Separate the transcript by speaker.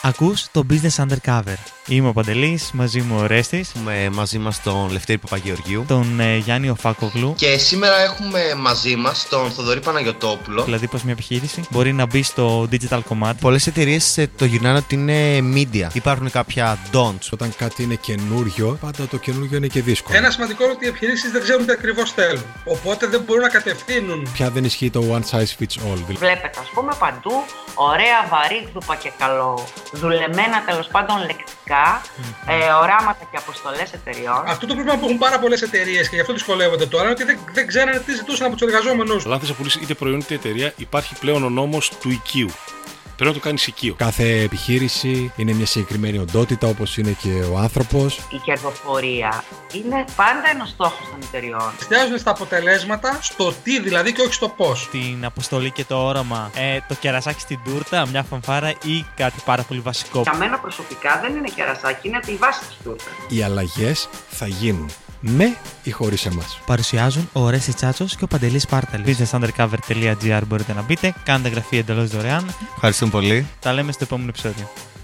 Speaker 1: Ακούς το Business Undercover. Είμαι ο Παντελής, μαζί μου ο Ρέστης,
Speaker 2: Έχουμε μαζί μας τον Λευτέρη Παπαγεωργίου.
Speaker 1: τον ε, Γιάννη Οφάκογλου,
Speaker 3: Και σήμερα έχουμε μαζί μας τον Θοδωρή Παναγιοτόπουλο.
Speaker 1: δηλαδή πως μια επιχείρηση μπορεί να μπει στο digital κομμάτι.
Speaker 2: Πολλές εταιρείες ε, το γυρνάνε ότι είναι media. Υπάρχουν κάποια don'ts.
Speaker 4: Όταν κάτι είναι καινούριο, πάντα το καινούριο είναι και δύσκολο.
Speaker 5: Ένα σημαντικό είναι ότι οι επιχειρήσεις δεν ξέρουν τι ακριβώς θέλουν. Οπότε δεν μπορούν να κατευθύνουν.
Speaker 4: Πια δεν ισχύει το one size fits all. Δηλαδή,
Speaker 6: Βλέπετε, ας πούμε, παντού ωραία, βαρύγδουπα και καλό, δουλεμένα τέλος πάντων λεκτικά, ε, οράματα και αποστολές εταιριών.
Speaker 5: Αυτό το πρόβλημα που έχουν πάρα πολλές εταιρείες και γι' αυτό δυσκολεύονται τώρα είναι ότι δεν, δεν ξέρανε τι ζητούσαν από τους εργαζόμενους.
Speaker 7: Ο λάθο να πουλήσει είτε προϊόν είτε εταιρεία υπάρχει πλέον ο νόμος του οικείου. Πρέπει να το κάνεις οικείο.
Speaker 4: κάθε επιχείρηση είναι μια συγκεκριμένη οντότητα, όπως είναι και ο άνθρωπος.
Speaker 6: Η κερδοφορία είναι πάντα ένας στόχος των εταιριών.
Speaker 5: Εστιάζουν στα αποτελέσματα, στο τι δηλαδή και όχι στο πώς.
Speaker 1: Την αποστολή και το όραμα, ε, το κερασάκι στην τούρτα, μια φανφάρα ή κάτι πάρα πολύ βασικό.
Speaker 6: Για μένα προσωπικά δεν είναι κερασάκι, είναι τη βάση της τούρτας.
Speaker 4: Οι αλλαγές θα γίνουν με ή χωρίς εμάς.
Speaker 1: Παρουσιάζουν ο Ρέστης Τσάτσος και ο Παντελής Πάρταλης. businessundercover.gr μπορείτε να μπείτε, κάντε εγγραφή εντελώς δωρεάν.
Speaker 2: Ευχαριστούμε πολύ.
Speaker 1: Τα λέμε στο επόμενο επεισόδιο.